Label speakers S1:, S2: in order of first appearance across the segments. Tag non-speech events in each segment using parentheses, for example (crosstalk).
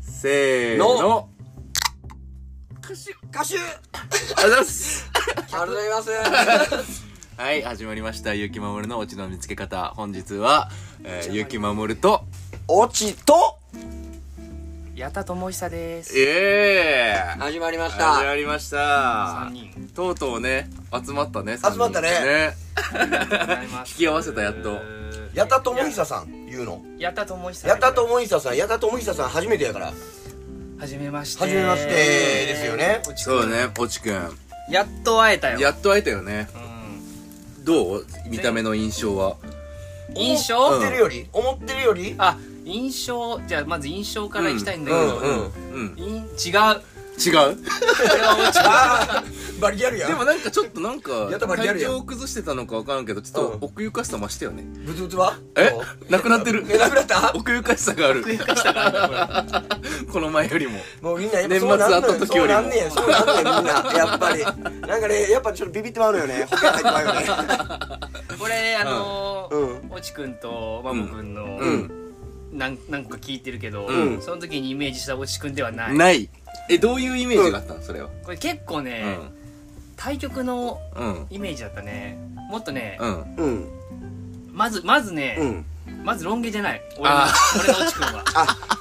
S1: せーの。
S2: の
S1: 歌手
S2: 歌手
S1: ありがとうございます。
S2: ありがとうございます
S1: はい、始まりました。ゆきまもるのオチの見つけ方。本日は、えー、ゆきまもると、
S2: オチと
S3: 矢田智久です
S1: ええー。
S2: 始まりまし
S1: 始ま
S2: た
S1: りました
S3: 3。人
S1: とうとうね、集まったね。
S2: 集まったね
S1: ね
S3: 引
S1: 引き合わせたやっと
S2: 矢田智久さん言うの
S3: 矢田智久
S2: 矢田智久さん矢田智久さん初めてやから
S3: はじめまして
S2: 初めましてですよね
S1: そうね、ポチくん。
S3: やっと会えたよ
S1: やっと会えたよね。
S3: うん
S1: どう見た目の印象は。
S3: 印
S2: 思
S3: 象
S2: ってるより思ってるより
S3: あ印象じゃあまず印象からいきたいんだけ
S2: うん
S3: ど
S2: うん
S1: うん。
S3: いん違う
S1: 違う
S3: これは
S2: あーバリギャルや
S1: でもなんかちょっとなんか
S2: やっ、ぱリア
S1: 体
S2: ルやん
S1: 調を崩してたのかわからんけど、ちょ
S2: う
S1: っ
S2: ん
S1: と奥ゆかしさ増してよね。
S2: ブツブツは
S1: え
S2: どう
S1: なくなってる。
S2: えなくなった
S1: 奥ゆかしさがある。 (laughs) この前よりも。
S2: もうみんなやっぱ
S1: 年末
S2: そうなんの
S1: 会った時よりも
S2: そうなんねんそうなんねんみんなやっぱりなんかねやっぱちょっとビビってまうのよね保険入ってまうよね
S3: おこれあの
S2: う
S3: ーおちくんとまもくんの
S1: うん。
S3: なんなんか聞いてるけど
S1: うん
S3: その時にイメージしたおちくんではない
S1: ない。え、どういうイメージがあったのそれは。
S3: これ結構
S1: う
S3: ね
S1: ん。
S3: 対局の
S1: うん。
S3: イメージだったねもっとね
S1: うん。
S2: うん
S3: まずまずね
S2: うん
S3: まずロン毛じゃない俺の
S1: あ
S3: 俺のおちくん
S2: (laughs)
S3: は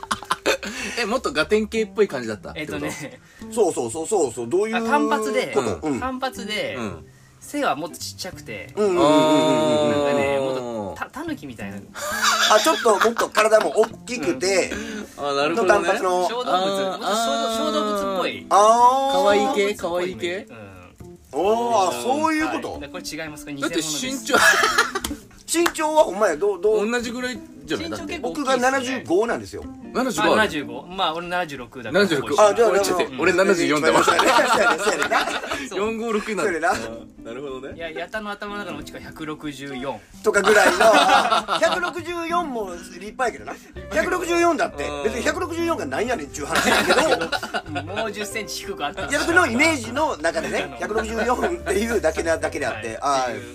S1: え、もっとガテン系っぽい感じだった
S3: えっと。
S1: て
S3: ね
S2: そうそうそうそうそうどういう
S3: あ単発で、
S2: ことうん
S3: 単発で、
S1: こうん。
S3: 背はもっとちっちゃくて、
S2: うんうんうんうんうん
S3: なんかね
S1: あー
S3: もっとたたぬきみたいな
S2: あちょっともっと体も大きくて、
S1: あ、なるほ
S2: の
S1: ど
S2: 単
S1: ね。
S2: 発の
S3: 小動物も
S1: あー
S3: っと小動小動物っぽい
S2: あー
S1: 可愛い系
S3: 小動物っぽイメージうん
S2: おーあそういうこ
S3: は
S2: と、
S3: だからこれ違いますこれ偽
S1: だっ
S3: 物
S1: て
S3: です
S1: 身長、
S2: 身長はお前どうどう
S1: 同じぐらいじゃない
S3: 身
S1: だ
S3: 長
S1: って
S3: 結。構
S2: 僕が75なんですよ
S1: 75あ
S3: あ
S1: る。
S3: 75まあ俺76だから
S1: 76。
S2: あじゃあ
S1: 俺
S2: じ
S1: ち
S2: ゃ
S1: ょ
S2: あ
S1: っ
S2: う
S1: と
S2: ん
S1: 俺74だわ。
S2: そうやねそうやね
S3: そう
S1: 456にな
S2: そう
S1: る
S2: や。な
S1: なるほど
S3: い
S1: ね。
S3: や矢田の頭の中のうちが164
S2: (laughs) とかぐらいの164も立派やけどな164だって
S1: うん
S2: 別に164が何やねんっちゅう話だけど
S3: もう1 0ンチ低くあった
S2: いや僕のイメージの中で
S1: (laughs)
S2: ね164っていうだけなだけであって、あ
S3: はいって
S2: ー
S3: いうう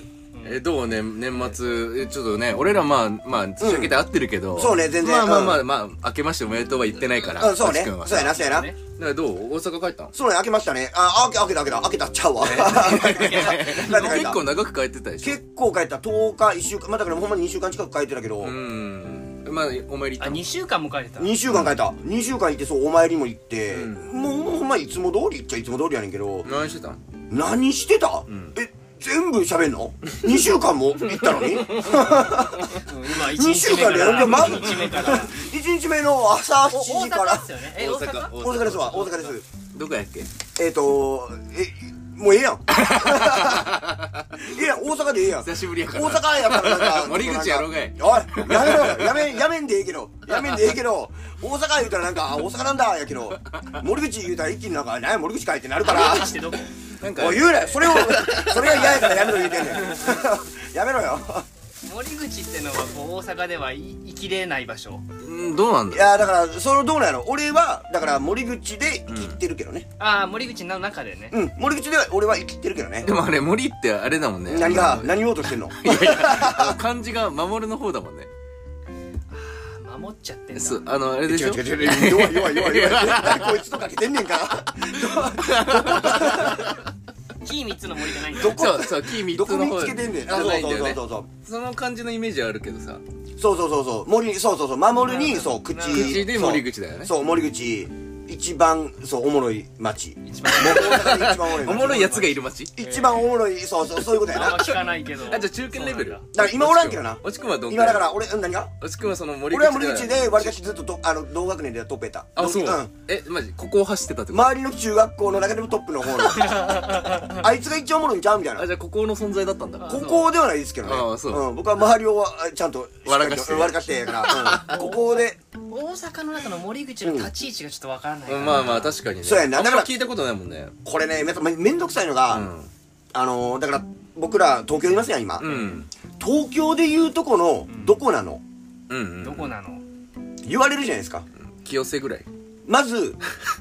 S3: ん
S1: えどうね年末えちょっとね俺らまあまあ年明けて会ってるけど、
S2: そうね全然
S1: まあまあ
S2: うん
S1: まあまあ、明けましておめでとうは言ってないから、
S2: うんそうね
S1: 橋君は
S2: そうやなそうやな、
S3: ね
S1: だからどう大阪帰ったの
S2: そうね開けましたねあ開け開けた開けた開けたちゃうわ
S1: (laughs) 結構長く帰ってたでしょ
S2: 結構帰った10日1週間まあだからほんまに2週間近く帰ってたけど、
S1: うんまあお参り行っ
S3: あ
S1: たの
S3: 2週間も帰れた
S2: 2週間帰った2週間行ってそうお参りも行って、
S1: うん
S2: もうほんまいつも通りっちゃいつも通りやねんけど
S1: 何してたん
S2: 何してた、
S1: ん
S2: え全部喋ん
S3: (laughs)
S2: の2週間も行ったのに
S3: うん今1
S2: 2週間でやるまず
S3: 1日目から
S2: 1日目の朝
S3: お
S2: 7
S3: 大
S2: 時から
S3: 阪ですよねえ大阪
S2: 大阪ですわ大阪です
S1: どこやっけ
S2: えっ、とえもうええ
S3: (laughs)
S2: やんええやん大阪でええやん
S1: 久しぶりやから
S2: 大阪やからなんか
S1: (laughs) 森口やろうがい
S2: おいやめろよやめやめんでええけどやめんでええけど大阪言うたらなんかあ大阪なんだやけど森口言うたら一気になんか何や森口かいってなるから
S3: してどこ
S1: なんか
S2: おい言うなよそれをそれが嫌やからやめろ言うてんねん (laughs) やめろよ
S3: 森口ってのはこう大阪では生きれない場所
S1: うんどうなん
S2: い
S1: だ
S2: やだからそのどうなんやろ俺はだから森口で生きてるけどね
S3: ああ森口の中でね
S2: うん、森口では俺は生きてるけどね
S1: でもあれ森ってあれだもんね
S2: 何が
S1: あの
S2: 何言おうとしてんの
S1: いやいやあの漢字が守るの方だもんね
S3: 守っちゃってんだ
S1: そうあのあれでし
S2: 違
S1: ょ
S2: う違う違う弱い弱い弱い弱い絶対こいつとかけてんねんから
S3: キー3つの森じゃないんだ
S2: どこ
S1: (laughs) そうそう木3
S2: ど
S1: つ
S2: こ
S1: の
S2: 見
S1: 方
S2: つけてんねん
S1: じゃ
S2: あそう
S1: ないん
S2: そ
S1: だよ
S2: うそ
S1: ね
S2: うそうそう
S1: その感じのイメージあるけどさ
S2: そうそうそうそう森そうそうそう守るにそう口
S1: 口で森口だよね
S2: そうそう森口一番そうおもろい町
S3: 一番
S2: もう大阪で一番おもろい
S1: お
S2: 町
S1: もろいやつがいる街
S2: 一番おもろいそうそうそういうことや
S3: あん
S2: な
S3: ま
S2: だか
S3: 聞かないけど
S1: あじゃあ中堅レベル
S3: そう
S2: ら今おらんけどな
S1: おちくんはどんく
S2: 今
S1: らい
S2: だから俺うん何が
S1: おちくんはその森口
S2: 俺は森口でわりかしずっととあの同学年でトップやった
S1: あそう、
S2: ん
S1: えマジここを走ってたってこと、
S2: 周りの中学校の中でもトップの方の
S1: (laughs)
S2: あいつが一番おもろいんちゃうみたいな
S1: あじゃあここの存在だったんだ
S2: ここではないですけどね、
S1: ああそうん
S2: 僕は周りをあちゃんとっり
S1: 笑かして
S2: 笑かしてやから、うんここで
S3: 大阪の中の森口の立ち位置がちょっとわからない
S1: うん
S3: な
S1: まあまあ確かにね
S2: そうやね
S1: あん
S2: だか
S1: ま
S2: ら
S1: 聞いたことないもんね
S2: これねめめめんどくさいのが、
S1: うん
S2: あのーだから僕ら東京いますやん今、
S1: うん
S2: 東京でいうとこのどこなの、
S1: うん、うん、
S3: どこなの
S2: 言われるじゃないですか
S1: 清瀬ぐらい
S2: まず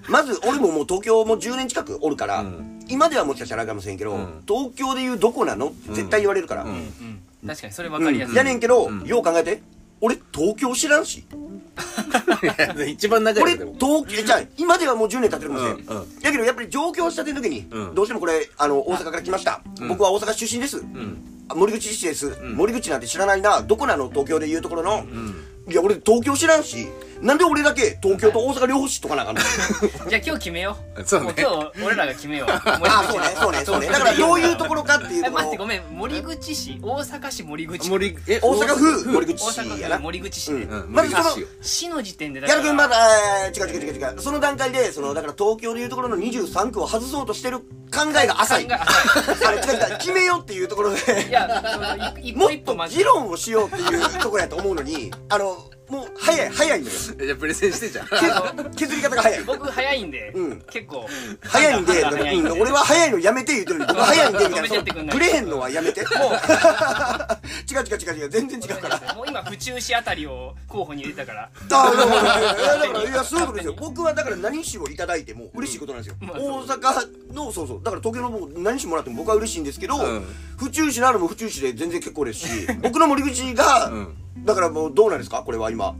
S2: まず俺ももう東京も10年近くおるから、
S1: うん
S2: 今ではもしかしたらあるかもしれんけど、
S1: うん
S2: 東京でいうどこなのって絶対言われるから、
S1: うん
S3: うん確かにそれわかりやすい
S2: やねんけど、
S1: うん
S2: よう考えて俺東京知らんし
S1: いや一番長い
S2: これ
S1: よでも
S2: 東京じゃあ今ではもう10年経ってるもんね、
S1: うんうん
S2: だけどやっぱり上京したての時に、
S1: うん
S2: どうしてもこれあの大阪から来ました、僕は大阪出身です、
S1: うん
S2: あ森口市です、
S1: ん
S2: 森口なんて知らないなどこなの東京で言うところの、
S1: ん
S2: いや俺東京知らんしなんで俺だけ東京と大阪両方知っとかな
S1: (laughs)
S2: あかんの
S3: じゃあ今日決めよう。
S1: そうね
S3: も今日俺らが決めよう。
S2: ああそうねそうねそうねだからどういうところかっていう
S3: え
S2: とこ
S1: (laughs)
S2: ろ
S3: 待ってごめん森口市大阪市森口
S1: 森え
S2: 大阪風森
S3: 大
S2: 口市や
S3: 阪
S2: な
S3: 府森口市
S2: う
S3: ね、
S1: うん
S2: ん
S1: ま
S2: ま
S1: ず
S2: ず
S1: そ
S2: そ
S1: の
S2: の
S3: 市の時点でだ
S2: や
S3: か
S2: る
S3: ら
S2: くんまだ、えー違う違う違う違うその段階でそのだから東京でいうところの23区を外そうとしてる考えが浅い
S3: 考え
S2: (laughs) あれ違う違う決めようっていうところで
S3: いやその一
S2: も
S3: 歩
S2: っ
S3: 一歩
S2: と
S3: まず
S2: 議論をしようっていうところやと思うのに (laughs) あのもう早い早いんだよ
S1: じゃあプレゼンしてじゃん (laughs)
S2: 削削り方が早い
S3: 僕早いんで、
S2: うん
S3: 結構
S2: 早いんで、
S3: 判断早いんで
S2: うん俺は早いのやめて言うてるのに、僕は早いんで、みたい
S3: 止め
S2: な。
S3: ちゃってくんない
S2: ブレへんのはやめて。もう、 (laughs) 違う違う違う違う、全然違うから。
S3: もう今府中市あたりを候補に入れ
S2: (laughs)
S3: たから
S1: (laughs)
S2: だから、いやだから、いや、そういうことですよ。僕はだから何種をいただいても嬉しいことなんですよ。
S3: まあ
S2: 大阪の、そうそう、だから東京のも何種もらっても僕は嬉しいんですけど
S1: ん、
S2: 府中市ならも府中市で全然結構です
S1: (laughs)
S2: し、僕の森口が
S1: うん、
S2: だからもうどうなんですかこれは今。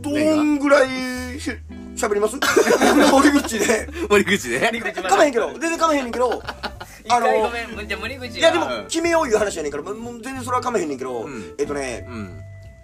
S2: どんぐらいし喋ります
S1: (laughs)
S2: 僕の森口で。
S1: 森口で
S3: 森口ま
S2: かまへんけ
S3: だ
S1: (laughs)
S2: ど、全然かまへんねんけど、
S3: 一
S2: あの
S3: 回ごめんじゃあ森口はい
S2: やで
S1: うん
S2: も決めよういう話やねんからもうもう全然それはかまへんねんけど、
S1: うん
S2: えっとね
S1: うん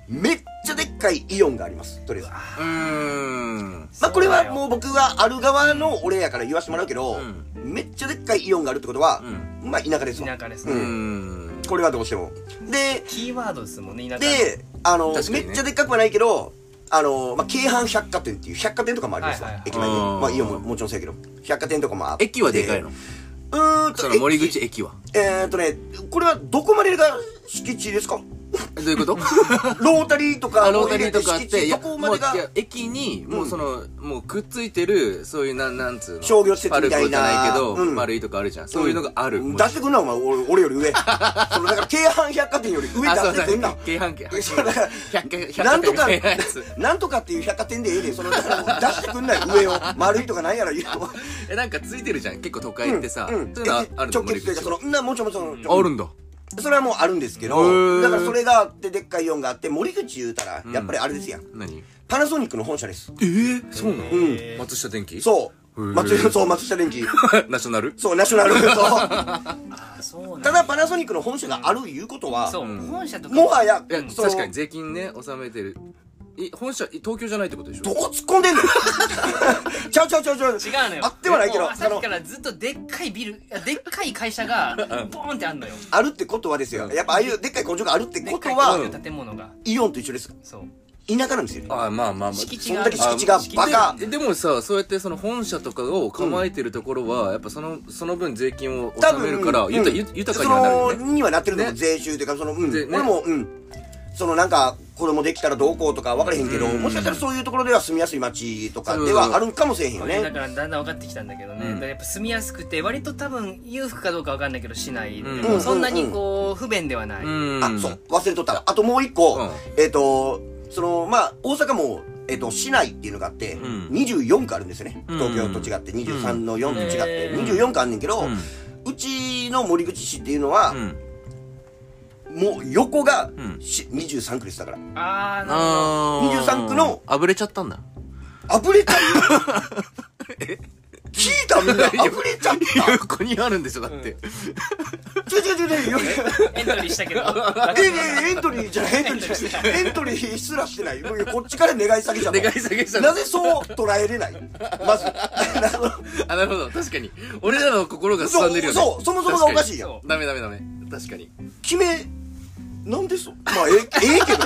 S2: めっちゃでっかいイオンがありますとりあえず
S1: うーん
S2: まあこれ
S3: そうだ
S2: は
S3: よ
S2: もう僕はある側の俺やから言わしてもらうけど、
S1: うん
S2: めっちゃでっかいイオンがあるってことは、まあ田舎ですわ
S3: 田舎です
S1: う
S3: ね、
S1: ん
S2: これはどうしてもで
S3: キーワードですもんね田舎の
S2: であの、
S1: 確か
S2: め
S1: にね
S2: っちゃでっかくはないけどあの、まあ、京阪百貨店っていう百貨店とかもありますわ、
S3: はいはいはい
S2: 駅前に
S1: うん
S2: まあイオンももちろんそうやけど百貨店とかもあって
S1: 駅はでかいの
S2: うーんと
S1: その森
S2: 駅
S1: 口駅は
S2: えーっとねこれはどこまでが敷地ですか
S1: どういうこと
S2: ロータリーとか
S1: あロータリーとかあっ
S2: 敷地
S1: ていや
S2: どこま
S1: もう
S2: で
S1: い
S2: が
S1: や駅にもうそのもうくっついてるそういうなんなんつうの
S2: 商業施設み
S1: パ
S2: たいな
S1: ルコじゃないけど
S2: うん
S1: 丸いとかあるじゃんそういうのがある
S2: うん
S1: も
S2: 出
S1: ち
S2: してくんなお前俺俺より上 (laughs) そのだから京阪百貨店より上
S1: あ
S2: 出
S1: そう
S2: してくんな
S1: だ京阪急
S2: そうだから
S1: 百 (laughs) 貨百貨
S2: なん
S1: 店
S2: と
S1: みた
S2: か
S1: いなやつ
S2: なんとかっていう百貨店でええねんそのだから出してくんなよ
S1: (laughs)
S2: 上を丸いとかなんやら言うの
S1: えなんかついてるじゃん結構都会ってさ、
S2: うん
S1: そういうのああるの
S2: 直結というかそのうんなもちろんもちろん
S1: あるんだ
S2: それはもうあるんですけ
S1: へー
S2: どだからそれがあってでっかい4があって森口言うたらやっぱりあれですやん
S1: 何
S2: パナソニックの本社です
S1: えー、そうなの、
S2: う
S1: 松下電器う
S2: そう
S1: へー
S2: 松そう松下電機
S1: ナショナル
S2: そうナショナルそう
S3: あそうなん
S2: ただパナソニックの本社があるいうことは
S3: そう、
S1: ん
S3: 本社とか
S2: もはや
S1: いや
S2: その
S1: 確かに税金ね納めてるい本社い東京じゃないってことでしょ
S2: どこ突っ込んでんの (laughs) ちゃうちゃうちゃうちゃう
S3: 違うのよ
S2: あってはないけど
S3: もう
S2: あ
S3: 朝日
S2: の
S3: からずっとでっかいビルあでっかい会社がボーンってあんのよ
S2: あるってことはですよやっぱああいうでっかい工場があるって
S3: でっ
S2: こと
S3: かい
S2: は
S3: 工事の建物が
S2: イオンと一緒です
S3: そう
S2: 田舎なんですよね
S1: ああまあまあまあ
S3: 敷地
S2: そん
S3: が
S2: だけ敷地がバカ
S1: ででもさそうやってその本社とかを構えてるところは、やっぱそのその分税金を
S2: 多
S1: 納め
S2: 分
S1: るから、
S2: うん
S1: ゆたゆ豊かにはなるよ
S2: そ
S1: ね
S2: のにはなってるの
S1: ね
S2: 税収というかそのうん
S1: ぜね
S2: 俺もうんそのなんか子供できたらどうこうとか分からへんけどもしかしたらそういうところでは住みやすい街とかではあるんかもしれへんよ
S3: だ
S2: ね
S3: からだんだん分かってきたんだけどね、
S1: うん
S3: だからやっぱ住みやすくて割と多分裕福かどうか分かんないけど市内で、
S1: うん
S3: そんなにこう不便ではない、
S1: うん
S2: あそう忘れとったあともう一個
S1: うん
S2: えっとそのまあ大阪もえっと市内っていうのがあって
S1: ん
S2: 24区あるんですよね
S1: うん
S2: 東京と違って23の4と違って
S3: うん
S2: 24区あんねんけど
S1: うん
S2: うちの森口市っていうのは
S1: うん
S2: もう横が
S1: ん
S2: し23区ですだから
S3: ああなるほど
S1: あー
S2: 23区の
S1: あぶれちゃったんだ
S2: あぶれちゃった
S1: (laughs)
S2: 聞いたみんなあぶれちゃっ
S1: 横にあるんでしょだって、
S2: た違う違う違う違う
S3: エントリーし
S1: (laughs)
S3: たけど
S2: ええエントリーじゃないエントリーしてないエントリーすらしてないもうこっちから願い下げちゃった
S1: 願い下げちゃった
S2: なぜそう捉えれないまず
S1: あなるほど確かに俺らの心がすさ
S2: そ
S1: ん
S2: う
S1: でるよね
S2: そうそもそもがおかしいやん
S3: そ
S1: ダメダメダメ確かに
S2: 決めなんでそうまあええええけど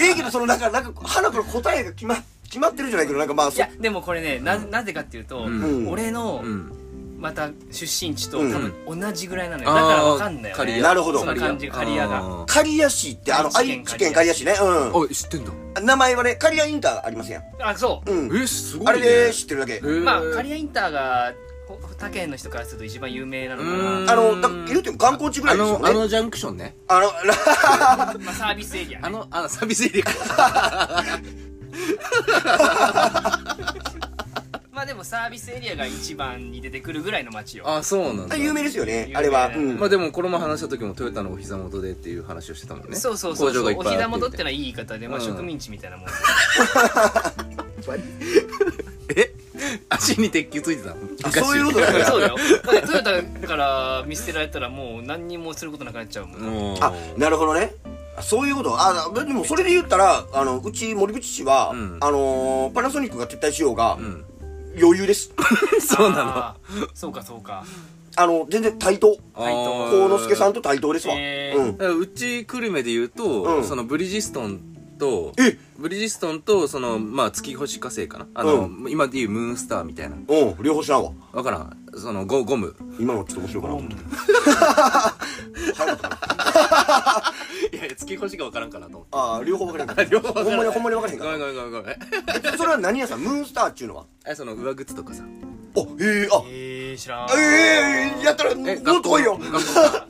S2: ええけどそのなんかなんか花から答えが決ま決まってるじゃないけどなんかまあ
S3: い
S2: そ
S3: やでもこれねななぜかっていうと、
S1: ん
S3: 俺の、
S1: うん
S3: また出身地と
S2: うん
S3: 多分同じぐらいなのよ、
S1: あー
S3: だから分かんないよ
S1: 刈
S3: ね
S1: 谷
S2: なるほど
S3: その感じ刈谷が
S1: あ
S2: 刈谷市ってあの
S3: 愛
S2: 愛
S3: 知
S2: 知県
S3: 県刈
S2: 刈谷
S3: 谷
S2: 市ねうん
S1: ーあ知ってんだ
S2: 名前はね、刈谷インターありますやん。
S3: あそう、
S2: うん。
S1: えすごい
S2: あ
S1: ね
S2: れで知ってるだけ
S1: へ。ー
S3: まあ刈谷インターがほ他県の人からすると一番有名なのかな、
S1: うん
S2: あの、だ言うても観光地ぐら
S1: あ
S2: いですよ
S1: の
S2: ね。
S1: あのジャンクションね
S2: あの、
S3: まあ、サービスエリア、ね、
S1: あのあのサービスエリア
S3: まあでもサービスエリアが一番に出てくるぐらいの街よ
S1: あそうなんだ
S2: あ (laughs) 有名ですよね
S3: 有、名
S2: あれは。うん
S1: まあでもこれも話した時もトヨタのお膝元でっていう話をしてたもんね
S3: そうそうそう
S1: 工場がいっぱい
S3: お膝元って
S1: の
S3: のはいい言い方で、まあ、
S1: うん
S3: 植民地みたいなもんで、
S1: え (laughs) 足に鉄球ついてたの
S2: あ (laughs) そういうことだ
S3: そうだよだってトヨタだから見捨てられたらもう何にもすることなくなっちゃうもん
S1: もう
S2: あなるほどねあそういうことあでもそれで言ったらあのうち森口氏は、
S1: うん
S2: あのーパナソニックが撤退しようが、
S1: うん (laughs)
S2: 余裕です
S1: そうなの
S3: あーそうかそうか
S2: あの全然対等
S1: あー
S2: 幸之助さんと対等ですわ、
S3: へ
S2: う
S3: ー
S2: ん
S1: だからうち久留米で言うと、
S2: うん
S1: そのブリヂストンと
S2: え
S1: ブリヂストンとそのまあ月星火星かなあの、
S2: う
S1: 今で言うムーンスターみたいな
S2: うん両方知らんわ
S1: わからんそのゴゴム
S2: 今のちょっと面白いかなと思って早かったかない
S1: やいや月星がわからんかなと思っ
S2: あ (laughs) あ両方分からへんか
S1: 両方分からん
S2: ほんまにほんまに分からへん
S1: て
S2: か
S1: ごめ
S2: ら
S1: んごめんごめんごめん
S2: えそれは何屋さんムーンスターっちゅうのは
S1: えその上靴とかさ
S2: あええあ
S3: えー、知らん
S2: ええやったらも
S1: え
S2: っと来いよ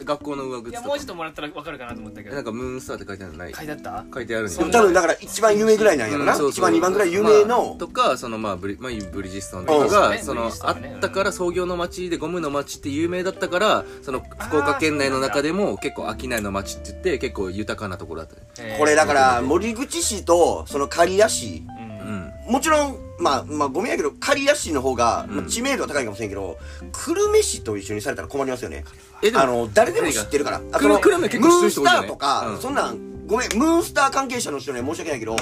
S1: 学校の学校の上
S3: い
S1: 靴
S3: や
S1: と
S3: も
S1: か
S3: うちょっともらったら分かるかなと思った
S1: え
S3: け
S1: な
S3: ど
S1: んかムーンスターって書いてあるのない
S3: 買いだった
S1: 書いてあるんや
S3: そん
S2: 多分だから一番有名ぐらいなんやろな、
S1: うんそうそう
S2: 一番二番ぐらい有名
S1: まあ
S2: の、
S1: とかそのまあブリ,、まあ、ブリヂストンとか
S3: うん
S1: が
S3: そ
S1: そう
S3: ね
S1: の
S3: ブリヂストン
S1: あ
S3: はね
S1: ったから創業の街でゴムの街って有名だったからその福岡県内の中でも結構商いの街って言って結構豊かなところだったね
S3: えー
S2: これだから森口市とその刈谷市
S3: うん
S1: うん
S2: もちろんまあまあゴミやけど刈谷市の方が、まあ、知名度は高いかもしれんけど久留米市と一緒にされたら困りますよね
S1: えでも
S2: あの誰でも知ってるからあ
S1: 久留
S2: の
S1: 久留米結構知ってる人多いよね
S2: ムーンスターとか、
S1: うん
S2: そんなんごめんムーンスター関係者の人には申し訳ないけど、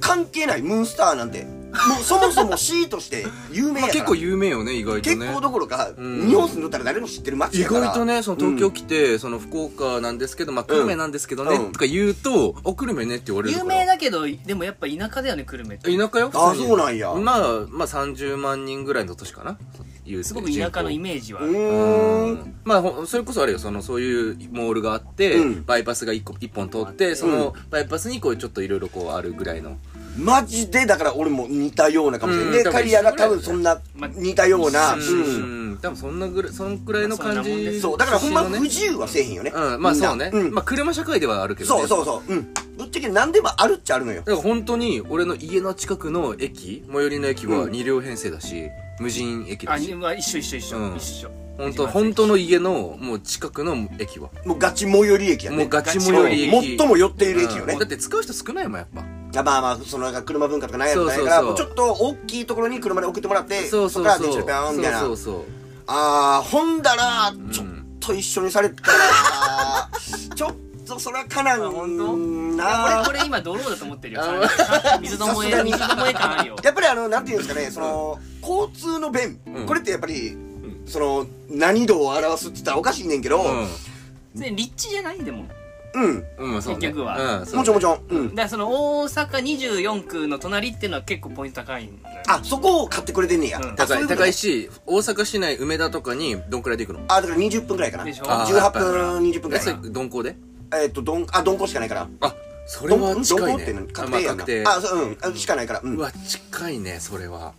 S2: 関係ないムーンスターなんてもうそもそも市として有
S1: まあ、
S2: 名やから、
S1: 結構有名よね意外とね
S2: 結構どころか、
S1: うん
S2: 日本住んどったら誰でも知ってる街
S1: 意
S2: やから
S1: 外とねその東
S2: う
S1: 京
S2: ん
S1: 来て、その福岡なんですけどまあ久留米なんですけどね、
S2: うん
S1: とか言うと「あ久留米ね」って言われるか
S3: 有
S1: ら
S3: 名だけどでもやっぱ田舎だよね久留米って
S1: 田舎よ
S2: あ
S1: 普通に
S2: そうなんや
S1: まあまあ30万人ぐらいの都市かな言うて
S3: すごく田舎のイ
S1: 人口
S3: メージは
S2: うーん
S1: まあほそれこそあれよそのそういうモールがあって、
S2: うん
S1: バイパスが一個一本通ってそのバイパスにこうちょっといろいろこうあるぐらいの
S2: マジでだから俺も似たようなかもしれな
S1: う
S2: い、
S1: ん
S2: で
S1: 多分
S2: 刈谷が多分そんな
S3: まあ
S2: 似たような、
S1: う、
S2: うんん
S1: 多分そんなぐらいそのくらいの感
S3: まあそんなもんで
S1: じ
S3: す
S2: そうだからほんま
S1: の
S2: 不
S1: ね
S2: 自由はせえへんよね、
S1: うんまあ
S2: みんな
S1: そうね、
S2: うん
S1: まあ車社会ではあるけど、ね、
S2: そうそうそううんぶっちゃけ何でもあるっちゃあるのよ
S1: だから本当に俺の家の近くの駅最寄りの駅は
S2: うん
S1: 2両編成だし、無人駅
S3: あ
S1: だ
S3: に
S1: し
S3: まあ一緒一緒一緒、
S1: うん
S3: 一緒
S1: 本当本当の家のもう近くの駅は
S2: もうガチ最寄り駅やね
S1: もうガチ最寄り
S2: うん
S1: 駅
S2: 最も寄っている駅よね、
S1: うんだって使う人少ないもんやっぱ
S2: あまあまあそのなんか車文化とかないやろないから
S1: そうそうそう
S2: もうちょっと大きいところに車で送ってもらって
S1: そうそう
S2: こから
S1: そう
S2: 電
S1: そ
S2: 車でピャーンみ
S1: う
S2: たいな
S1: そうそう
S2: あーほんだら
S1: ん
S2: ちょっと一緒にされたら、 (laughs) ちょっとそれはかなん
S3: あほんと
S2: な
S3: 俺
S2: あ
S3: これ今ドローだと思ってるよ
S1: あ
S3: 水の萌え
S2: さすがに
S3: 水の萌え感あるよ
S2: やっぱりあのなんていうんですかねその、交通の便、
S1: うん
S2: これってやっぱり、その何度を表すって言ったらおかしいねんけど
S3: それ立地じゃないでも
S2: うん、
S1: うん、うん、そう、ね、
S3: 結局は
S1: うん、そう
S2: もちろんもちろん、う
S3: だ
S2: ん、
S3: からその大阪24区の隣っていうのは結構ポイント高いんだよ
S2: あそこを買ってくれてんねや、
S3: うん
S2: あ
S1: 高
S2: そう
S1: いう
S2: こと
S1: 高いし大阪市内梅田とかにどんくらいで行くの
S2: あだから20分ぐらいかな
S3: でしょ
S1: あー
S2: 18分20分ぐ
S1: え
S2: らい
S1: それ
S2: かな
S1: 鈍行で
S2: えっ、とどんあ鈍行しかないから
S1: あそれは近い
S2: どんどんこって
S1: ねあ
S2: 何確
S1: まあ
S2: 定や
S1: 確
S2: んか
S1: 定
S2: あそううんあしかないから、うん
S1: うわ近いねそれは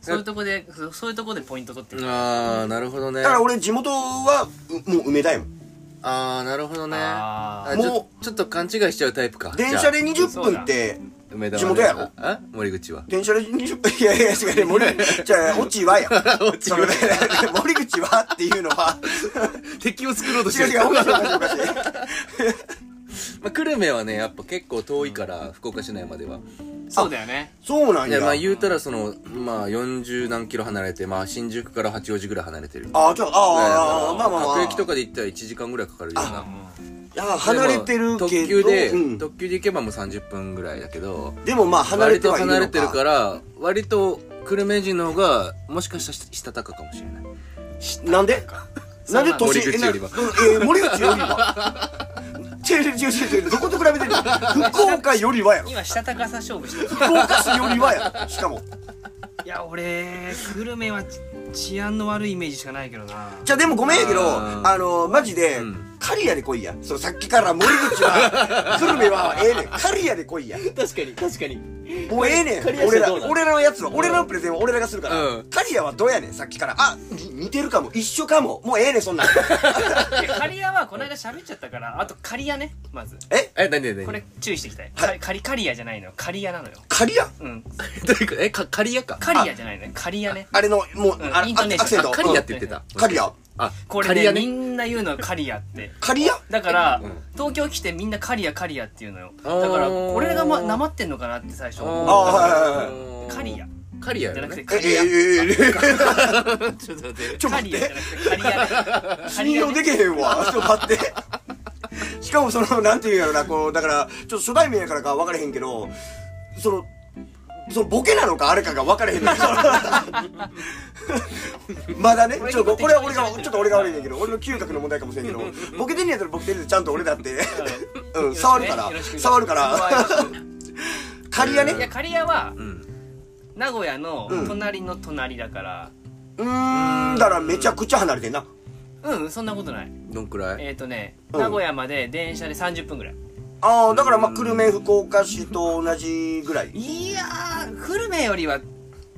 S3: そういうとこでそうそういうとこでポイント取ってる
S1: ああなるほどね
S2: だから俺地元はうもう梅田やもん
S1: ああなるほどね
S3: あー
S1: あちょ
S2: も
S1: ちょっと勘違いしちゃうタイプか
S2: 電車で
S1: じ
S2: 20分って
S1: ゃあ梅田は
S2: 地元やろ
S1: あ森口
S2: (laughs)
S1: は
S2: 電車で20分いやいや違うね森じゃあオチはや
S1: (laughs) オチは
S2: それね (laughs) 森口はっていうの
S1: (laughs)
S2: は
S1: 敵を作ろうとし
S2: 違
S1: て
S2: う
S1: る (laughs)
S2: 違うおかしいおかしいおかしい
S1: まあ、久留米はねやっぱ結構遠いから福岡市内までは
S3: そうだよね
S2: そうなん
S1: いや
S2: や
S1: まあ言うたらそのまあ40何キロ離れてまあ新宿から八王子ぐらい離れてる
S2: あじゃああーまあまあまあ
S1: 各駅とかで行ったら1時間ぐらいかかるような
S2: あ離れてるけど
S1: 特急で、
S2: うん
S1: 特急で行けばもう30分ぐらいだけど
S2: でもまあ離れ
S1: 割
S2: て
S1: と
S2: はいるのか
S1: 離れてるから割と久留米人の方がもしかしたらしたたかかもしれない (laughs)
S2: なんでなんで
S1: 森
S2: 年
S1: 口よりは
S2: えなえー森口よりは違う違う違う (laughs) 違うどこと比べてるの福岡よりはやろ
S3: 今したたかさ勝負してる
S2: 福岡市よりはやろしかも
S3: いや俺久留米は治安の悪いイメージしかないけどな
S2: じゃあでもごめんやけど
S1: あ
S2: あ
S1: ー
S2: のマジで、
S1: うん
S2: 刈谷で来いやそうさっきから森
S1: (laughs)
S2: 口は久留米はええねん刈谷で来いや
S1: 確かに確かに
S2: もうええねん
S1: 刈谷市
S2: 俺
S1: はど
S2: ら
S1: うなの
S2: 俺らのやつの俺らのプレゼンは俺らがするから
S1: うん
S2: 刈谷、はどうやねんさっきからあに似てるかも一緒かももうええねんそんなん
S3: いや刈谷はこの間喋っちゃったからあと刈谷ねまず
S2: え
S1: え何何何
S3: これ注意していきたいか刈刈谷じゃないのよ刈谷なのよ
S2: 刈谷
S3: うん
S1: どういうことえか刈谷か
S3: 刈谷じゃないのよ刈谷ね
S2: あれのもう、
S3: うん
S2: あ
S3: イントネーション
S2: アクセント
S3: あ
S1: 刈谷って言ってた
S2: 刈谷
S1: あ
S3: これ
S1: 刈
S3: ね
S1: 谷ね
S3: みんな言うのよカリアって
S2: カリア
S3: だから、
S1: うん
S3: 東京来てみんなカリアカリアっていうのよだ
S1: あー
S3: から俺がまなまってんのかなって最初思っ
S2: あーはいはいはい
S3: たカリア
S1: アカリア
S3: じゃ
S1: よ
S3: な
S1: ね
S3: くて
S2: え
S3: カ
S2: え
S3: リア、
S2: ええええ
S1: ちょっと待って
S2: ちょっと
S3: カ
S2: 待っ
S3: リアじゃ
S2: て
S3: なくてカリアね
S2: 信用できへんわちょっと待ってしかもそのなんていうんやろなこうだからちょっと初対面やからか分からへんけどそのそのボケなのかあれかが分からへんねんまだねちょっとこれは俺がちょっと俺が悪いねんけど俺の嗅覚の問題かもしれんけどボケてんねやったらボケてるでちゃんと俺だって
S3: カリア
S2: うん触るから
S3: よろしくね
S2: 触るから仮やね
S3: いやカリアは
S1: うん
S3: 名古屋の
S2: うん
S3: 隣の隣だから
S2: うーんだからめちゃくちゃ離れてんな
S3: うん、そんなことない
S1: どんくらい
S3: えっ、とね
S2: うん
S3: 名古屋まで電車で30分ぐらい
S2: ああだからまあ久留米福岡市と同じぐらい
S3: いやー久留米よりは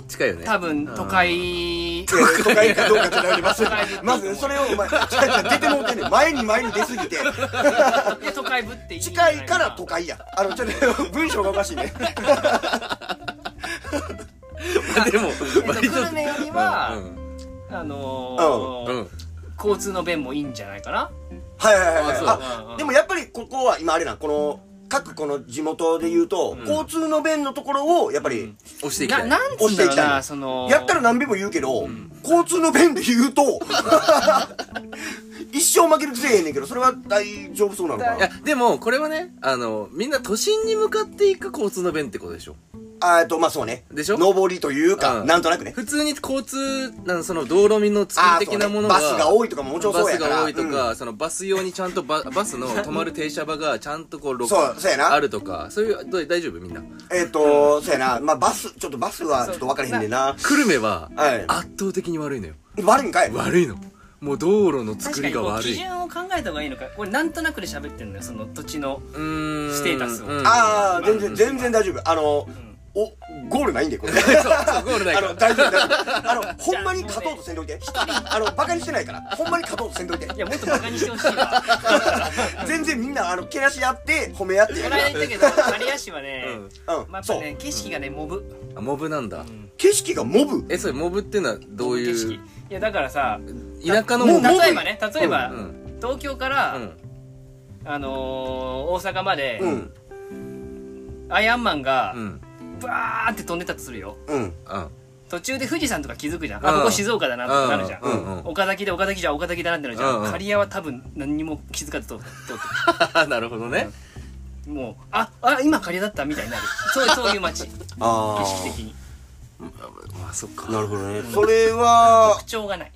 S1: 近いよね
S3: 多分都会
S2: 都会かどうかとなります
S3: 都会ぶっていいと思う
S2: まずそれをお前違う違う出てもうてんねん前に前に出すぎて
S3: (laughs) いや都会ぶっていいんじゃな
S2: 近
S3: ない
S2: から都会やあのちょっと文章がおかしいね
S1: あ (laughs) でも
S3: (laughs) えっと久留米よりは、
S1: うん
S3: あのー
S1: うん
S3: 交通の便もいいんじゃないかな
S2: はいはいはいはい
S1: あそう
S2: あでもやっぱりここは今あれなんこの各この地元で言うと、交通の便のところをやっぱり、
S1: 押していきた
S3: ないなんつ
S2: 押
S3: うん
S2: してい
S3: だろ
S2: き
S3: う
S2: たい
S3: な
S2: の
S3: その
S2: やったら何べも言うけど、交通の便で言うと (laughs) 一生負けるくせえへんねんけどそれは大丈夫そうなのか
S1: い
S2: な
S1: やでもこれはねあのみんな都心に向かっていく交通の便ってことでしょ
S2: あーえっとまあそうね
S1: でしょ
S2: 上りというか、
S1: うん
S2: なんとなくね
S1: 普通に交通なんその道路民の
S2: あ
S1: 作
S2: ー
S1: り
S2: そう
S1: 的
S2: ね
S1: なものが
S2: バスが多いとかももちろんそう
S1: バ
S2: や
S1: ス
S2: から
S1: が多いとか、そのバス用にちゃんと (laughs) ババスの止まる停車場がちゃんとこうろ
S2: そうそうやな
S1: あるとかそういうどう大丈夫みんな
S2: うんえっ、と、そうやなまあバスちょっとバスはちょっと分からへんねんな
S1: 久留米は
S2: はい
S1: 圧倒的に悪いのよ
S2: 悪いんかい
S1: 悪いのもう道路の作
S3: 確か
S1: り
S3: に
S1: が
S3: こう
S1: 悪
S3: 基
S1: い
S3: 準を考えた方がいいのかこれなんとなくで喋ってんのよその土
S1: (laughs)
S3: 地の
S1: うーん
S3: ステータスを
S1: うん
S2: ああ全然全然大丈夫あの、おゴールないんでこれ
S1: そうそうゴールないか
S2: あの
S1: ら
S2: 大丈夫大丈夫あのほんまに勝とうとせんといてあのバカにしてないからほんまに勝とうとせんといて
S3: いやもっとバカにしてほしいわ
S2: 全然みんなあのけなし合って褒め合って
S3: こ
S2: や
S3: の
S2: か
S3: 間
S2: ら
S3: 言ったけど
S1: (laughs)
S3: 有吉はね、
S1: うん
S2: うん、
S3: まあ、やっ
S2: そ
S3: ぱ
S2: う
S3: ね景色がねモブ
S1: あモブなんだ
S2: 景色がモブ
S1: えそれモブっていうのはどう
S3: 景
S1: い
S3: 色
S1: う
S3: いやだからさ
S1: 田舎の
S2: も
S1: モ
S2: う
S1: ブ
S2: もう
S3: 例えばね例えば、
S1: うん
S3: 東京か
S1: う
S3: ら、
S1: ん
S3: あのー大阪まで、
S2: うん
S3: アイアンマンが
S1: うん
S3: バーって飛んでたとするよ
S2: うん
S1: うん
S3: 途中で富士山とか気づくじゃん
S1: う
S3: あ
S1: ん
S3: ここ静岡だなってなるじゃん、
S1: うんうんうん
S3: 岡崎で岡崎じゃ岡崎だなってなるじゃん、
S1: うんうん
S3: 刈谷は多分何にも気づかずと通っ
S1: (laughs) なるほどね
S3: てもうああ今刈谷だったみたいになるそうそういう街景
S2: あ
S3: 色的に
S1: まあそっか
S2: あなるほどねそれは
S3: 口調がない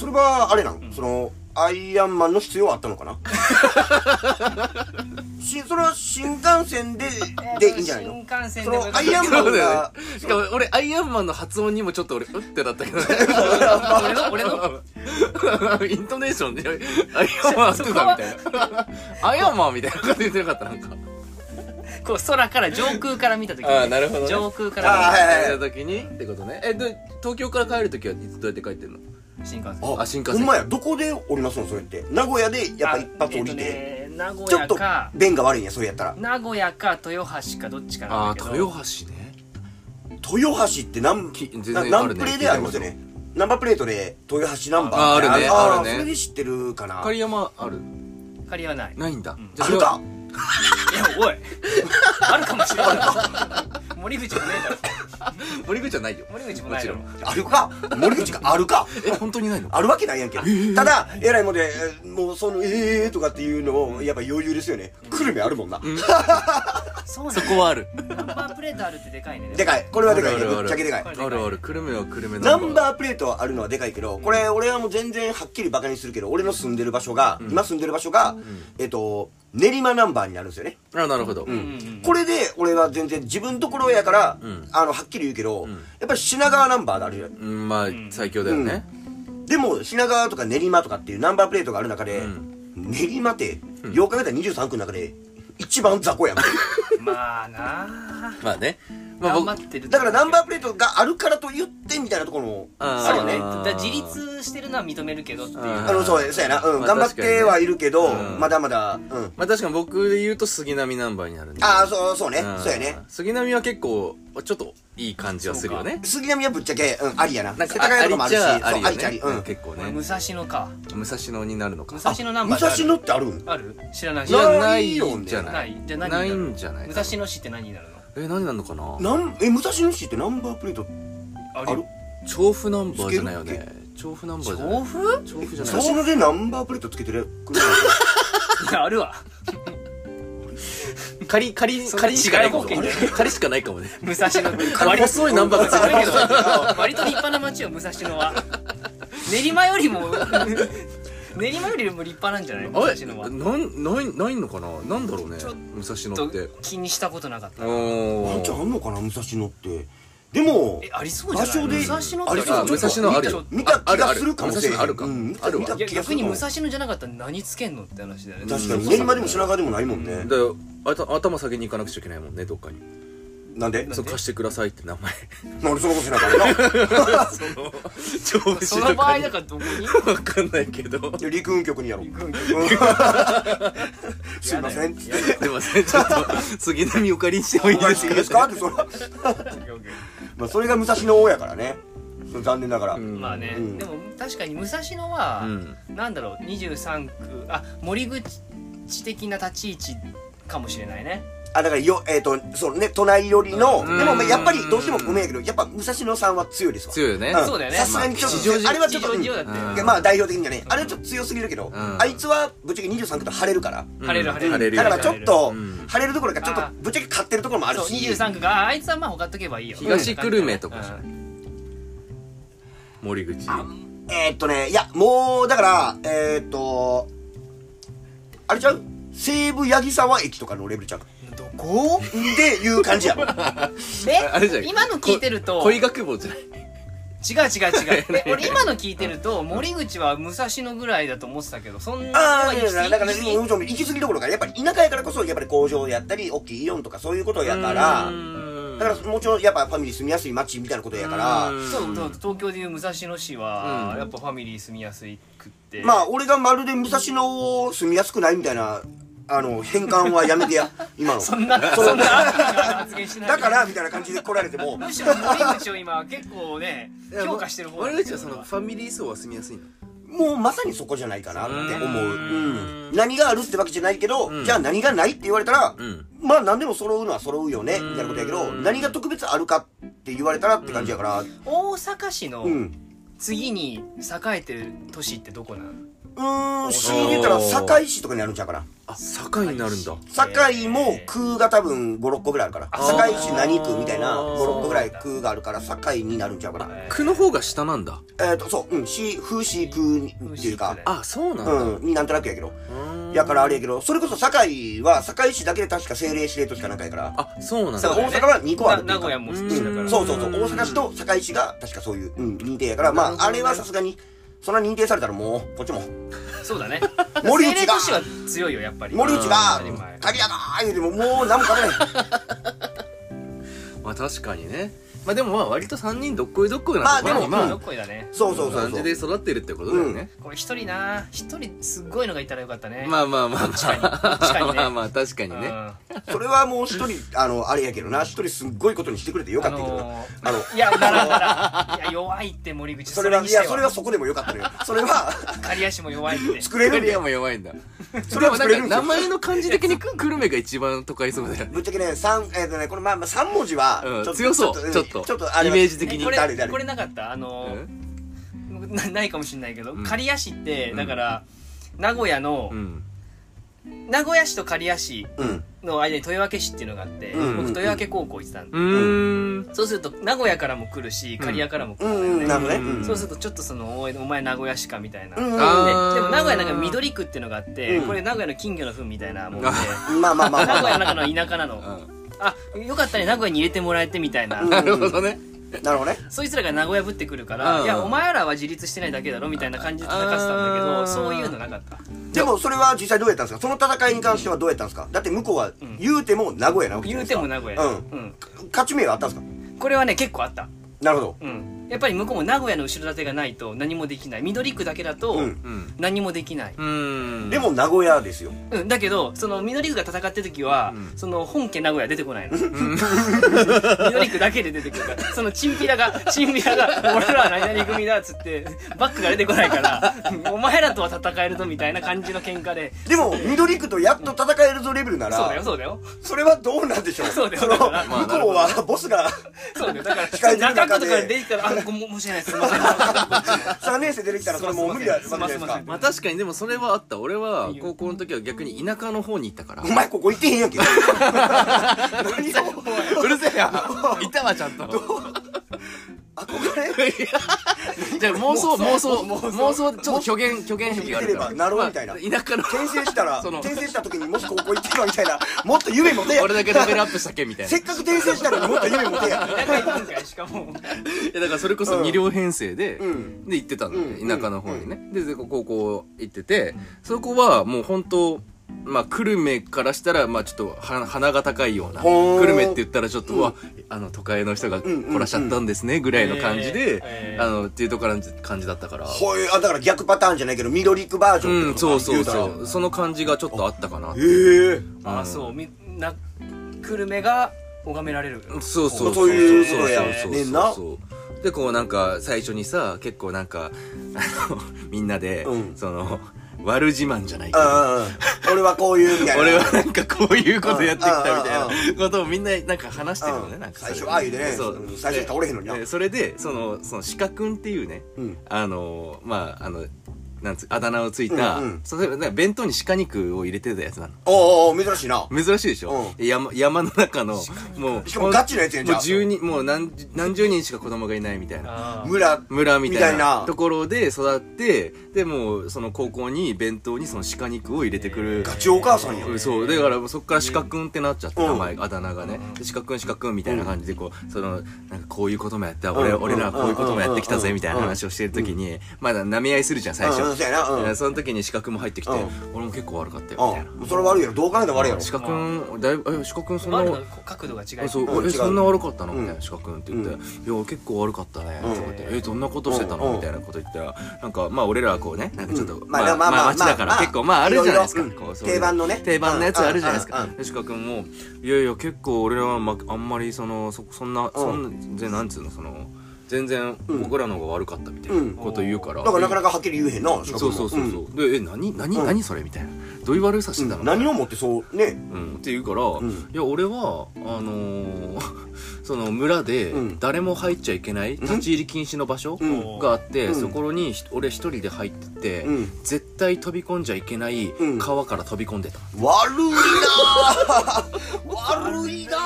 S2: それはあれなん、そのアイアンマンの必要はあったの
S1: (laughs)
S2: かなしそれは新幹線ででいいんじゃないの
S3: 新幹線
S2: そ
S3: で
S2: の
S3: もよか
S2: ア
S3: った
S2: イアンマ
S1: そう
S2: ン
S1: だよ
S2: が
S1: ねしかも俺アイアンマンの発音にもちょっと俺うってだったけどね
S3: 俺の (laughs) 俺
S1: (laughs)
S3: の
S1: イントネーションでアイアンマンってたみたい
S3: (laughs)
S1: なアイアンマンみたいなこと言ってなかったなんか
S3: こう空から上空から見た時に
S1: あーなるほどね
S3: 上空か
S2: あーはい
S3: ら
S1: 帰った時にってことねえで東京から帰る時はいつどうやって帰ってんの
S3: 見た新幹線
S1: あ新幹線
S2: ほんまやどこで降りますのそれって名古屋でやっぱ一発降りて、
S3: えっとね名古
S2: ちょっ
S3: 屋
S2: と
S3: か
S2: 便が悪いんやそれやったら
S3: 名古屋か豊橋かどっちかな
S1: あ
S3: んだけ
S1: ー
S3: ど
S1: 豊橋ね
S2: 豊橋って何
S1: き全然
S2: な
S1: あ
S2: 何
S1: るね
S2: プレーでありますよねナンバープレートで豊橋ナンバー
S1: あーあるね
S2: ー
S1: あるね
S2: それで知ってるかな
S1: 狩山ある
S3: 刈谷はない
S1: ないんだ
S3: ん
S1: じゃ
S2: あるか
S3: いやおい
S2: (laughs)
S3: あるかもしれない森口もねえだろ
S1: それは森口はないよ
S3: 森口もないだろ
S1: も
S2: あるか森口があるか
S1: ちろんえ本当にないの
S2: あるわけないやんけただえらいもんでえーもうそのええーとかっていうのをやっぱ余裕ですよね久留米あるもんな
S3: そう
S1: そこはある
S3: ナンバープレートあるってでかいね
S2: でかいこれはでかいね
S1: あるあるある
S2: ぶっちゃけでかい
S3: これ
S1: あるある久留米は久留米
S2: ナンバープレートはあるのはでかいけどこれ俺はもう全然はっきりバカにするけど俺の住んでる場所が今住んでる場所がえっと練馬ナンバーになるんですよね
S1: ーあなるほどう
S2: うん
S1: ん
S2: これで俺は全然自分ところやから、
S1: ん
S2: あのはっきり言うけど、やっぱり品川ナンバーであるじゃん
S1: まあ最強だよね
S2: でも品川とか練馬とかっていうナンバープレートがある中で、練馬ってよう考えたら23区の中で一番雑魚やん
S3: うん
S4: まあなあ
S1: まあね。まあ
S3: 頑
S1: 僕
S3: 張ってる
S2: だからナンバープレートがあるからと言ってみたいなところも
S1: あー
S2: あるよね
S3: だから自立してるのは認めるけどっていう
S1: あー
S2: あのそうやそうやな、うん
S1: まあ
S2: 頑張ってはいるけど、
S1: 確かにねうん
S2: まだまだ、うん、
S1: まあ確かに僕で言うと杉並ナンバーになるね。
S2: ああそうそうね、
S1: ん
S2: そうやね
S1: 杉並は結構、ちょっといい感じはするよね。
S2: 杉並はぶっちゃけ、うん、ありやな
S1: なん
S2: 世
S1: か、
S2: 田
S1: ああ
S2: 谷と
S1: り
S2: か
S1: っ
S2: もある
S1: ち
S2: し
S1: ゃあ
S2: そう
S1: りよ
S2: ありっちゃあり
S1: ね。
S2: う
S1: うんん結構
S3: 俺
S1: ね
S3: 武。蔵野か
S1: 武蔵野になるのか
S3: 武。蔵野ナンバ
S2: 武
S3: ー
S2: 蔵
S3: ってある
S2: 野ってあるん
S3: ある知らない
S1: じゃな
S2: ない
S1: い
S2: よね
S1: んじゃな
S3: ない
S1: い
S3: じゃあ何にな
S1: な
S3: る
S1: い
S3: の
S1: んじゃない
S3: 武蔵野市って何になるの
S1: え、何なんのかな
S2: なんえ武蔵野市ってナンバープレート
S3: あ
S2: ある
S1: 調布ナンバーじゃないよね。調布ナンバーじゃない。
S3: 調布
S1: 調布じゃ
S2: 武
S1: ない。
S2: 蔵野でナンバープレートつけてるくれない
S3: いやあるわ
S1: 仮、仮、
S3: そんな
S1: 仮しかないかも
S3: 違う方向。
S1: 仮しかないかもね。
S3: 武蔵野
S1: 仮細いナンバーがついてるけど。
S3: 割と立派な町よ武蔵野は練馬よりも練馬よりも立派なんじゃない武
S1: あ
S3: 蔵
S1: れ
S3: 野
S1: な
S3: は
S1: んないないのかななんだろうね
S3: ちょっ
S1: 武蔵
S3: ちょ
S1: 野
S3: っ
S1: って
S3: と気にしたことなかった
S1: お
S2: ワンちゃんあ
S1: ー
S2: んのかな武蔵野ってでも
S3: えありそうじゃない
S2: 場所で
S3: 武蔵野って
S2: ありそう
S1: あ武蔵野あるよ
S2: 見た
S1: あ
S2: 気が
S1: あ
S2: するかもしれん
S1: 武蔵野あるか
S2: うん見た
S1: あるわ
S2: 見
S3: いや逆に
S2: 気
S3: 武
S2: がする
S3: 蔵野じゃなかったら何つけんのって話だよね
S2: 確かに
S1: うん
S2: 練馬でも品川でもないもんね、
S1: だからあた頭下げに行かなくちゃいけないもんねどっかに
S2: なんで
S1: そう貸してくださいって名前
S2: なんでそのことしなかったな
S1: 調布
S3: そ
S1: 市
S3: の
S1: と
S3: 場
S1: か
S3: 合
S1: に
S3: だからどこに
S1: わかんないけど
S2: いや陸運局にやろう
S3: 行くんか
S2: (laughs) すいません
S3: や
S1: す
S2: つって
S3: だよやだよ
S1: いませんちょっと杉並お借りしてもいい
S2: お返
S1: で
S2: しい
S1: す
S2: いです
S1: か
S2: かってそれはまあそれが武蔵野王やからねそれ残念ながら、
S1: うん
S3: まあね、
S2: うん
S3: でも確かに武蔵野は、
S1: うん
S3: なんだろう23区あ森口的な立ち位置かもしれないね
S2: あだからよえっ、とそのね都内寄りの
S1: うん
S2: でもまあやっぱりどうしてもうめえけどやっぱ武蔵野さんは強いですわ
S1: 強いよね
S2: うん
S3: そうだよね
S2: さすがにちょっと、
S1: まあ吉祥寺
S2: あれはちょっと、
S3: 吉祥
S2: うん
S3: 寺だって、
S1: うん
S2: いやまあ代表的にじゃねあれはちょっと強すぎるけど、
S1: ん
S2: あいつはぶっちゃけ23区と晴れるから、
S1: うん
S3: 晴れる晴れる
S1: 晴れる
S2: だ
S1: よ
S2: から
S1: ね
S2: ちょっと
S1: うん
S2: 晴れるどころかちょっと
S3: あー
S2: ぶっちゃけ勝ってるところもある
S3: そう
S2: し
S3: 23区がああいつはまあほかっとけばいいよ
S1: 東久留米とかじゃない
S3: うん
S1: 森口
S2: えーっとねいやもうだからえーっとあれちゃう西武八木沢駅とかのレベルちゃう
S3: どこ
S2: でいう感
S3: (laughs)
S2: じやもん
S1: あれじゃ
S3: え
S1: ない
S3: 今の聞いてると
S1: 恋学坊じゃない
S3: 違う違う違う
S2: (laughs)
S3: え俺今の聞いてると森口は武蔵野ぐらいだと思ってたけどそんな
S2: ああ
S3: 行き過ぎ
S2: だから
S3: 行
S2: ね
S3: き過
S2: もちろん行き過ぎどころかやっぱり田舎やからこそやっぱり工場やったり大きいイオンとかそういうことやから
S1: うん
S2: だからもちろんやっぱファミリー住みやすい街みたいなことやから
S1: うん
S3: ぎそうそう東京でいう武蔵野市は、
S1: うん
S3: やっぱファミリー住みやすいくって
S2: まあ俺がまるで武蔵野を住みやすくないみたいなあの変換はやめてや今の
S3: (laughs) そんなそんな発言しない
S2: だからみたいな感じで来られても
S3: むしろ森口を今結構ね評価してる方
S1: 森口はその
S3: の
S1: ファミリー層は住みやすいの
S2: もうまさにそこじゃないかなって思う
S1: う
S2: うんん何があるってわけじゃないけど、
S1: うん
S2: じゃあ何がないって言われたら、
S1: うん
S2: まあ何でも揃うのは揃うよね
S1: うん
S2: みたいなことやけど何が特別あるかって言われたらって感じやからう
S3: 大阪市の
S2: ん、
S3: 次に栄えてる都市ってどこなの
S2: うーん、死に出たら堺市とかにあるんちゃうかな。
S1: あ堺になるんだ
S2: 堺も空が多分5、6個ぐらいあるから。
S3: あ
S2: 堺市何区みたいな
S1: あー
S2: 5、6個ぐらい空があるから、堺になるんちゃうかな。
S1: 区の方が下なんだ
S2: えっと、そう、うん、市、風市空にっていうか、
S1: あそうなんだ
S2: うん、になんとなくやけど。
S1: うん
S2: やからあれやけど、それこそ堺は堺市だけで確か政令指令都市かなんかやから。
S1: あそうなん
S2: だか
S1: だ
S2: ら大阪は2個あるって
S3: な
S2: いうか
S3: 名古屋も
S1: う
S3: 市
S1: ん
S3: だから
S2: そうそうそう、大阪市と堺市が確かそういう、うん、認定やから、ま
S1: なるほ
S2: あ、
S1: ど
S2: あ
S1: ね
S2: れはさすがに、そんな認定されたらもう、こっちも、
S3: そうだね
S2: 森内が
S3: 政令都市は強いよやっぱり
S2: 森内が
S3: うん当たり前、
S2: 鍵やなー言うても、もう何も食べない。
S1: (laughs) まあ確かにねまあでもまあ割と3人どっこいどっこいな
S2: まあ
S1: ところに
S2: でも
S3: まあ
S2: ま
S3: ど
S2: あ
S3: っこいだね
S2: そうそうそう
S1: 感
S2: そ
S1: じ
S2: う
S1: で。育ってるってことだよね
S3: これ一人な一人すっごいのがいたらよかったね
S1: まあまあまあまあ
S3: 確かにね
S1: (laughs) まあまあ確かにね
S3: うん
S2: それはもう一人、あの、あれやけどな、一人すっごいことにしてくれてよか
S3: あ
S2: ったけどな。
S3: の
S2: あの、
S3: ーいやならならいや弱いって森口
S2: それは、
S3: に
S2: い
S3: して
S2: や、それはそこでもよかったのよ。それは、
S3: 刈谷市も弱いって
S2: 作れるん
S1: リ
S2: だ
S1: ア
S2: よ。
S1: も弱いんだ
S2: そ
S1: で
S2: れ
S1: も
S2: は
S1: な
S2: 作れる
S1: ん
S2: ん
S1: か
S2: だ
S1: 名
S2: よ。
S1: 前の感じ的に久留米が一番都会そう (laughs) だよね
S2: ぶっちゃけね、三、えっとね、これまあまあ3文字は
S1: うん、
S2: ちょっと
S1: 強そう
S2: うん
S1: ちょっと
S2: ちょっと、あれ
S1: イ
S2: は
S1: メージ的
S3: え
S1: に
S3: これ
S2: 誰誰
S3: これなかったあ
S1: う
S3: のー
S1: ん
S3: なないかもしれないけど、
S1: うん
S3: 刈谷市って
S1: うん
S3: だから、名古屋の、
S1: うん
S3: 名古屋市と刈谷市
S2: うん。
S3: の間に豊明市っていうのがあって、
S2: うんうんうん
S3: 僕豊明高校行ってたんで、
S1: うーん
S3: そうすると名古屋からも来るし刈谷からも来
S2: う
S3: るんだよ
S2: んう
S3: ね、
S2: ん、なるほどね。
S1: うん
S3: そうするとちょっとそのおいお前名古屋市かみたいな、
S2: うん
S3: で
S1: あー
S3: でも名古屋なんか緑区っていうのがあって、
S2: うん
S3: これ名古屋の金魚の糞みたいなもんで
S1: あ
S2: うん。まあまあまあ
S3: 名
S2: まあ
S3: 古
S2: ま
S3: 屋
S2: あ。
S3: の中の田舎なの、
S1: うん
S3: あよかったね名古屋に入れてもらえてみたいな、
S2: うん
S1: なるほどね
S2: なるほどね
S3: そいつらが名古屋ぶってくるか
S1: う
S3: ら
S1: ん
S3: いやお前らは自立してないだけだろみたいな感じで戦ってたんだけ
S1: あ
S3: ど
S1: ー
S3: そういうのなかった
S2: でもそれは実際どうやったんですかその戦いに関してはどうやったんですかだって向こうは
S3: ん
S2: 言うても名古屋なわけじゃないで
S3: 言うて
S2: すか
S3: も名古屋だうん
S2: うん勝ち目はあったんですか
S3: これはね結構あった
S2: なるほど
S3: うんやっぱり向こうも名古屋の後ろ盾がないと何もできない緑区だけだと
S2: うん
S1: うん
S3: 何もできない、
S1: うん
S2: でも名古屋ですよ
S3: うん、だけどその緑区が戦ってる時は、その本家名古屋出てこないの、 (laughs) 緑区だけで出てくるからそのチンピラがチンピラが俺らは何々組だっつってバックが出てこないからうんお前らとは戦えるぞみたいな感じの喧嘩で
S2: でも緑区とやっと戦えるぞレベルな
S3: そうだよ
S2: ら
S3: そうだよ
S2: それはどうなんでしょう
S3: そうだよ
S2: の向
S3: だ
S2: こ
S3: からま
S1: あなる
S2: う
S1: ほ
S2: はボスが
S3: そうだよだから
S2: 控えてる中で
S3: 中区とか出てきたらあごも申し訳ないですすいません
S2: 3年生出てきたらそれもう無理だわけじ
S3: す
S2: ゃ
S3: い
S2: ない
S3: ま
S2: です
S3: せんすいませ
S2: か
S3: んすい
S1: まあ確かにでもそれはあった俺はい
S3: よ
S1: 高校の時は逆に田舎の方に行ったから
S2: お前ここ行ってへんやんけ何を
S1: (laughs) うるせえやいたわちゃんと
S2: 憧れ
S1: じゃあ妄想妄想妄想ちょっと虚言虚言癖があるから
S2: 見てればなろうみたいな
S1: まあ田舎の
S2: 転生したら
S1: その
S2: 転生した時にもしここ行ってるわみたいなもっと夢持てや
S1: 俺だけレベルアップしたけみたいな
S2: せっかく転生したのにもっと夢持てや
S3: 田舎行くんかいしかも
S1: (laughs) いやだからそれこそ二両編成で、
S2: うん
S1: で行ってたんで、
S2: うん
S1: 田舎の方にね、でで高校行ってて、そこはもう本当まあ久留米からしたらまあちょっとは鼻が高いような
S2: ほー
S1: 久留米って言ったらちょっと、うわあの都会の人が来らしちゃったんですねぐらいの感じで、
S3: うんえー
S1: あのっていうところの感じだったから、
S2: ほいあだから逆パターンじゃないけど緑区バージョン
S1: う
S2: っ
S1: ん
S2: てこ
S1: そ
S2: と
S1: う
S2: か
S1: そうそ
S2: 言
S1: うその感じがちょっとあったかな、
S2: うたらへえ
S3: ああそうみな久留米が拝められる
S1: そうそう
S2: そういう
S1: そ
S2: ことや
S1: そう
S2: ねんな
S1: そうそうでこうなんか最初にさ結構なんかあのみんなで、
S2: うん
S1: その悪自慢じゃないけど
S2: うんうんうん俺はこういうみたいな
S1: 俺はなんかこういうことやってきたみ
S2: うん
S1: たいなことをみんななんか話してるのね
S2: うん
S1: なんか
S2: 最初はああいうね
S1: そう
S2: 最初しかおれへんのにな
S1: でそれでそのその鹿くんっていうね
S2: うん
S1: あのまああのなんつあだ名をついた
S2: うんうん
S1: それなんか弁当に鹿肉を入れてたやつなの
S2: おうおうおう珍しいな
S1: 珍しいでしょ、山山の中のもう
S2: しかもガチなやつやんじ
S1: も
S2: ゃ
S1: うん10人もう何十何十人しか子供がいないみたいな
S3: あー
S2: 村
S1: 村みたい
S2: みたい
S1: な
S2: な
S1: ところで育ってでもうその高校に弁当にその鹿肉を入れてくる
S2: ガチお母さんやん
S1: うんそうだからそっから鹿くんってなっちゃって
S2: うん
S1: 名前あだ名がねで鹿くん鹿くんみたいな感じでこうそのなんかこういうこともやった俺
S2: うん
S1: 俺らはこういうこともやってきたぜみたいな話をしてる時にまだ舐め合いするじゃん最
S2: うんうん
S1: 初
S2: そうやなうん
S1: でその時に鹿くんも入ってきて
S2: うん
S1: 俺も結構悪かったよみたいな
S2: うんそれ悪いやろどう考えても悪いやろ
S1: 鹿くんだいぶえ鹿くんそんな
S3: 丸の角度が違い
S1: そう、
S2: うん
S1: え
S2: 違う
S1: そんな悪かったのみたい
S2: うん
S1: な鹿くんって言って「
S2: うん
S1: いや結構悪かったね」とか言って「
S3: うん
S1: えどんなことしてた
S2: う
S1: の?」
S2: ん
S1: みたいなこと言ったらなんかまあ俺らはこうねなんかちょっと、
S2: うんま
S1: ま
S2: あ
S1: あ、
S2: ま
S1: ま
S2: あ
S1: あ
S2: まあ
S1: 町だから、
S2: まあ
S1: 結構まああるじゃないですか、
S2: いろいろ
S1: こ
S2: うん
S1: うそういう
S2: 定番のね
S1: 定番のやつあるじゃないです
S2: うん
S1: か
S2: うんうん
S1: で鹿くんも「いやいや結構俺らは、まあんまりそのそそんなそんななんつうのその全然
S2: うん
S1: 僕らの方が悪かった」みたい
S2: うん
S1: なこと言うから。
S2: だからなかなかはっきり言えへんなしかも
S1: そうそうそうそう、で「え何何
S2: うん
S1: 何それ?」みたいな「どういう悪さしてたの?」
S2: ん何をもってそうね
S1: うん、って言うから、
S2: ん
S1: いや俺はあのー (laughs) その村で
S2: うん
S1: 誰も入っちゃいけない立ち入り禁止の場所
S2: うん
S1: があって、
S2: うん
S1: そこにひ俺一人で入ってって、
S2: うん
S1: 絶対飛び込んじゃいけない
S2: うん
S1: 川から飛び込んでた、
S2: 悪いなぁ悪
S1: (laughs)
S2: いな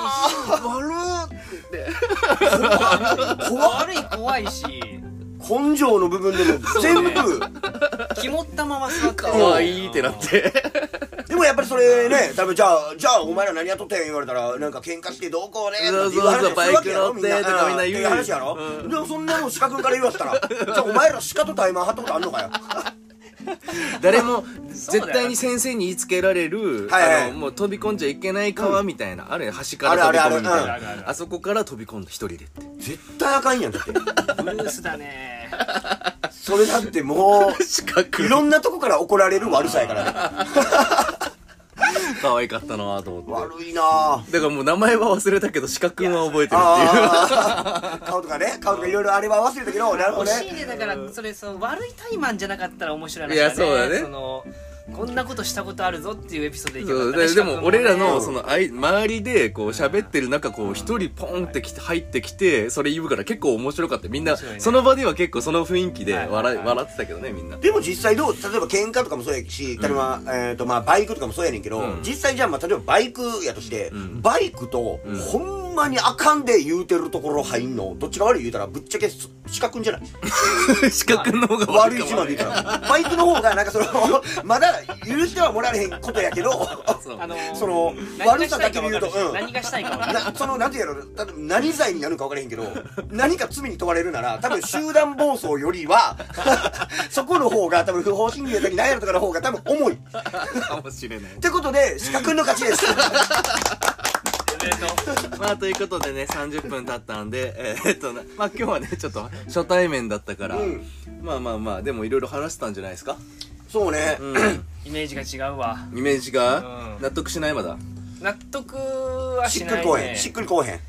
S2: ぁ悪い (laughs) 怖っ
S3: 悪い怖いし
S2: 根性の部分
S1: (laughs)
S2: でも全部
S3: そう肝ったまま座ってる
S1: 可愛いってなって
S2: でもやっぱりそれね多分じゃあじゃあお前ら何やっとったんや言われたらなんか喧嘩してどうこうね
S1: そう
S2: ってい
S1: そうそう
S2: 話するわけやろ
S1: バイク乗ってとかみんな言う
S2: って話やろ、でもそんなの鹿君から言わせたら
S1: (laughs)
S2: じゃあお前ら鹿とタイマー張ったことあんのかよ
S1: (laughs) 誰も絶対に先生に言いつけられる、
S2: はいはい
S1: あのもう飛び込んじゃいけない川みたいな、あれ端か
S2: ある
S1: ら
S2: あ
S1: 飛び
S2: るあ
S1: 込むみ
S2: る
S1: たいな
S3: うんあるある
S1: あそこから飛び込んだ一人でって
S2: 絶対あかんやんだって
S3: ブルースだ
S1: (laughs)
S3: ね
S2: それだってもう
S1: (laughs) 四角
S2: いろんなとこから怒られる悪さやからね
S1: (laughs) 可愛かったなと思って
S2: 悪いなぁ
S1: だからもう名前は忘れたけど資格は覚えてるっていう
S2: あー顔とかね顔とかいろいろあれは忘れたけどなるほど
S3: 欲しい
S2: ね
S3: ねだからそれその悪いタイマンじゃなかったら面白いない
S1: やそうだね
S3: そのこんなことしたことあるぞっていうエピソードでいけば
S1: そ
S3: よ
S1: う
S3: かったね
S1: ででも俺ら
S3: しかも
S1: の
S3: ね
S1: そのあい周りでこう喋ってる中こう一人ポンってきて入ってきてそれ言うから結構面白かったみんな
S3: 面白いね
S1: その場では結構その雰囲気で
S3: はいはいは
S1: 笑
S3: い
S1: い笑ってたけどねみんな
S2: でも実際どう例えば喧嘩とかもそうやし、例えば、えーとまあ、バイクとかもそうやねんけど、
S1: うん
S2: 実際じゃあ、まあ、例えばバイクやとして、バイクと、ほんんまにあかんで言うてるところ入んのどっちが悪い言うたらぶっちゃけす四角くん (laughs) じゃない
S1: (laughs) 四角の方が
S2: 悪
S1: 悪
S2: い
S1: い
S2: 字
S1: か
S2: ま
S1: もね
S2: でいた (laughs) らバイクの方がなんかその (laughs) まだ許してはもらえへんことやけど (laughs)
S1: そう
S5: あのー
S2: その
S5: 何
S2: 悪
S5: がし
S2: さ
S5: た
S2: だ
S5: い
S2: け
S5: か分
S2: で
S5: か
S2: 言うと
S5: るし
S2: うん
S5: 何がしたいか分かる
S2: なそのなんていうやろ例えば何罪になるか分からへんけど何か罪に問われるなら多分集団暴走よりは (laughs) そこの方が多分不法侵入だり何やろとかの方が多分重いっ
S1: かもしれない
S2: てことで鹿くんの勝ちです
S5: おめでとう
S1: (laughs) まあということでね30分経ったんでえーっとなまあ今日はねちょっと初対面だったから、
S2: うん
S1: まあまあまあでもいろいろ話したんじゃないですか
S2: (laughs) そうね、
S1: うん
S5: イメージが違うわ
S1: (coughs) イメージが
S5: うん
S1: 納得しないまだ
S5: 納得は
S2: し
S5: し
S2: っく
S5: な
S2: り
S5: い
S2: こうへん
S5: ね
S2: しっくりこうへん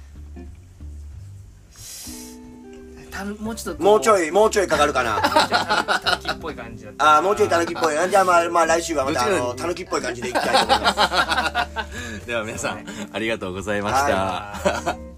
S5: たのもうちょっと
S2: もうちょ
S5: い
S2: いもうちょいかかるかな
S5: たぬきっぽい感じだった
S2: あーもうちょいたぬきっぽいじゃあまあまあ来週はまたあ
S1: どっちが
S2: のたぬきっぽい感じでいきたいと思います
S1: では皆さんありがとうございました、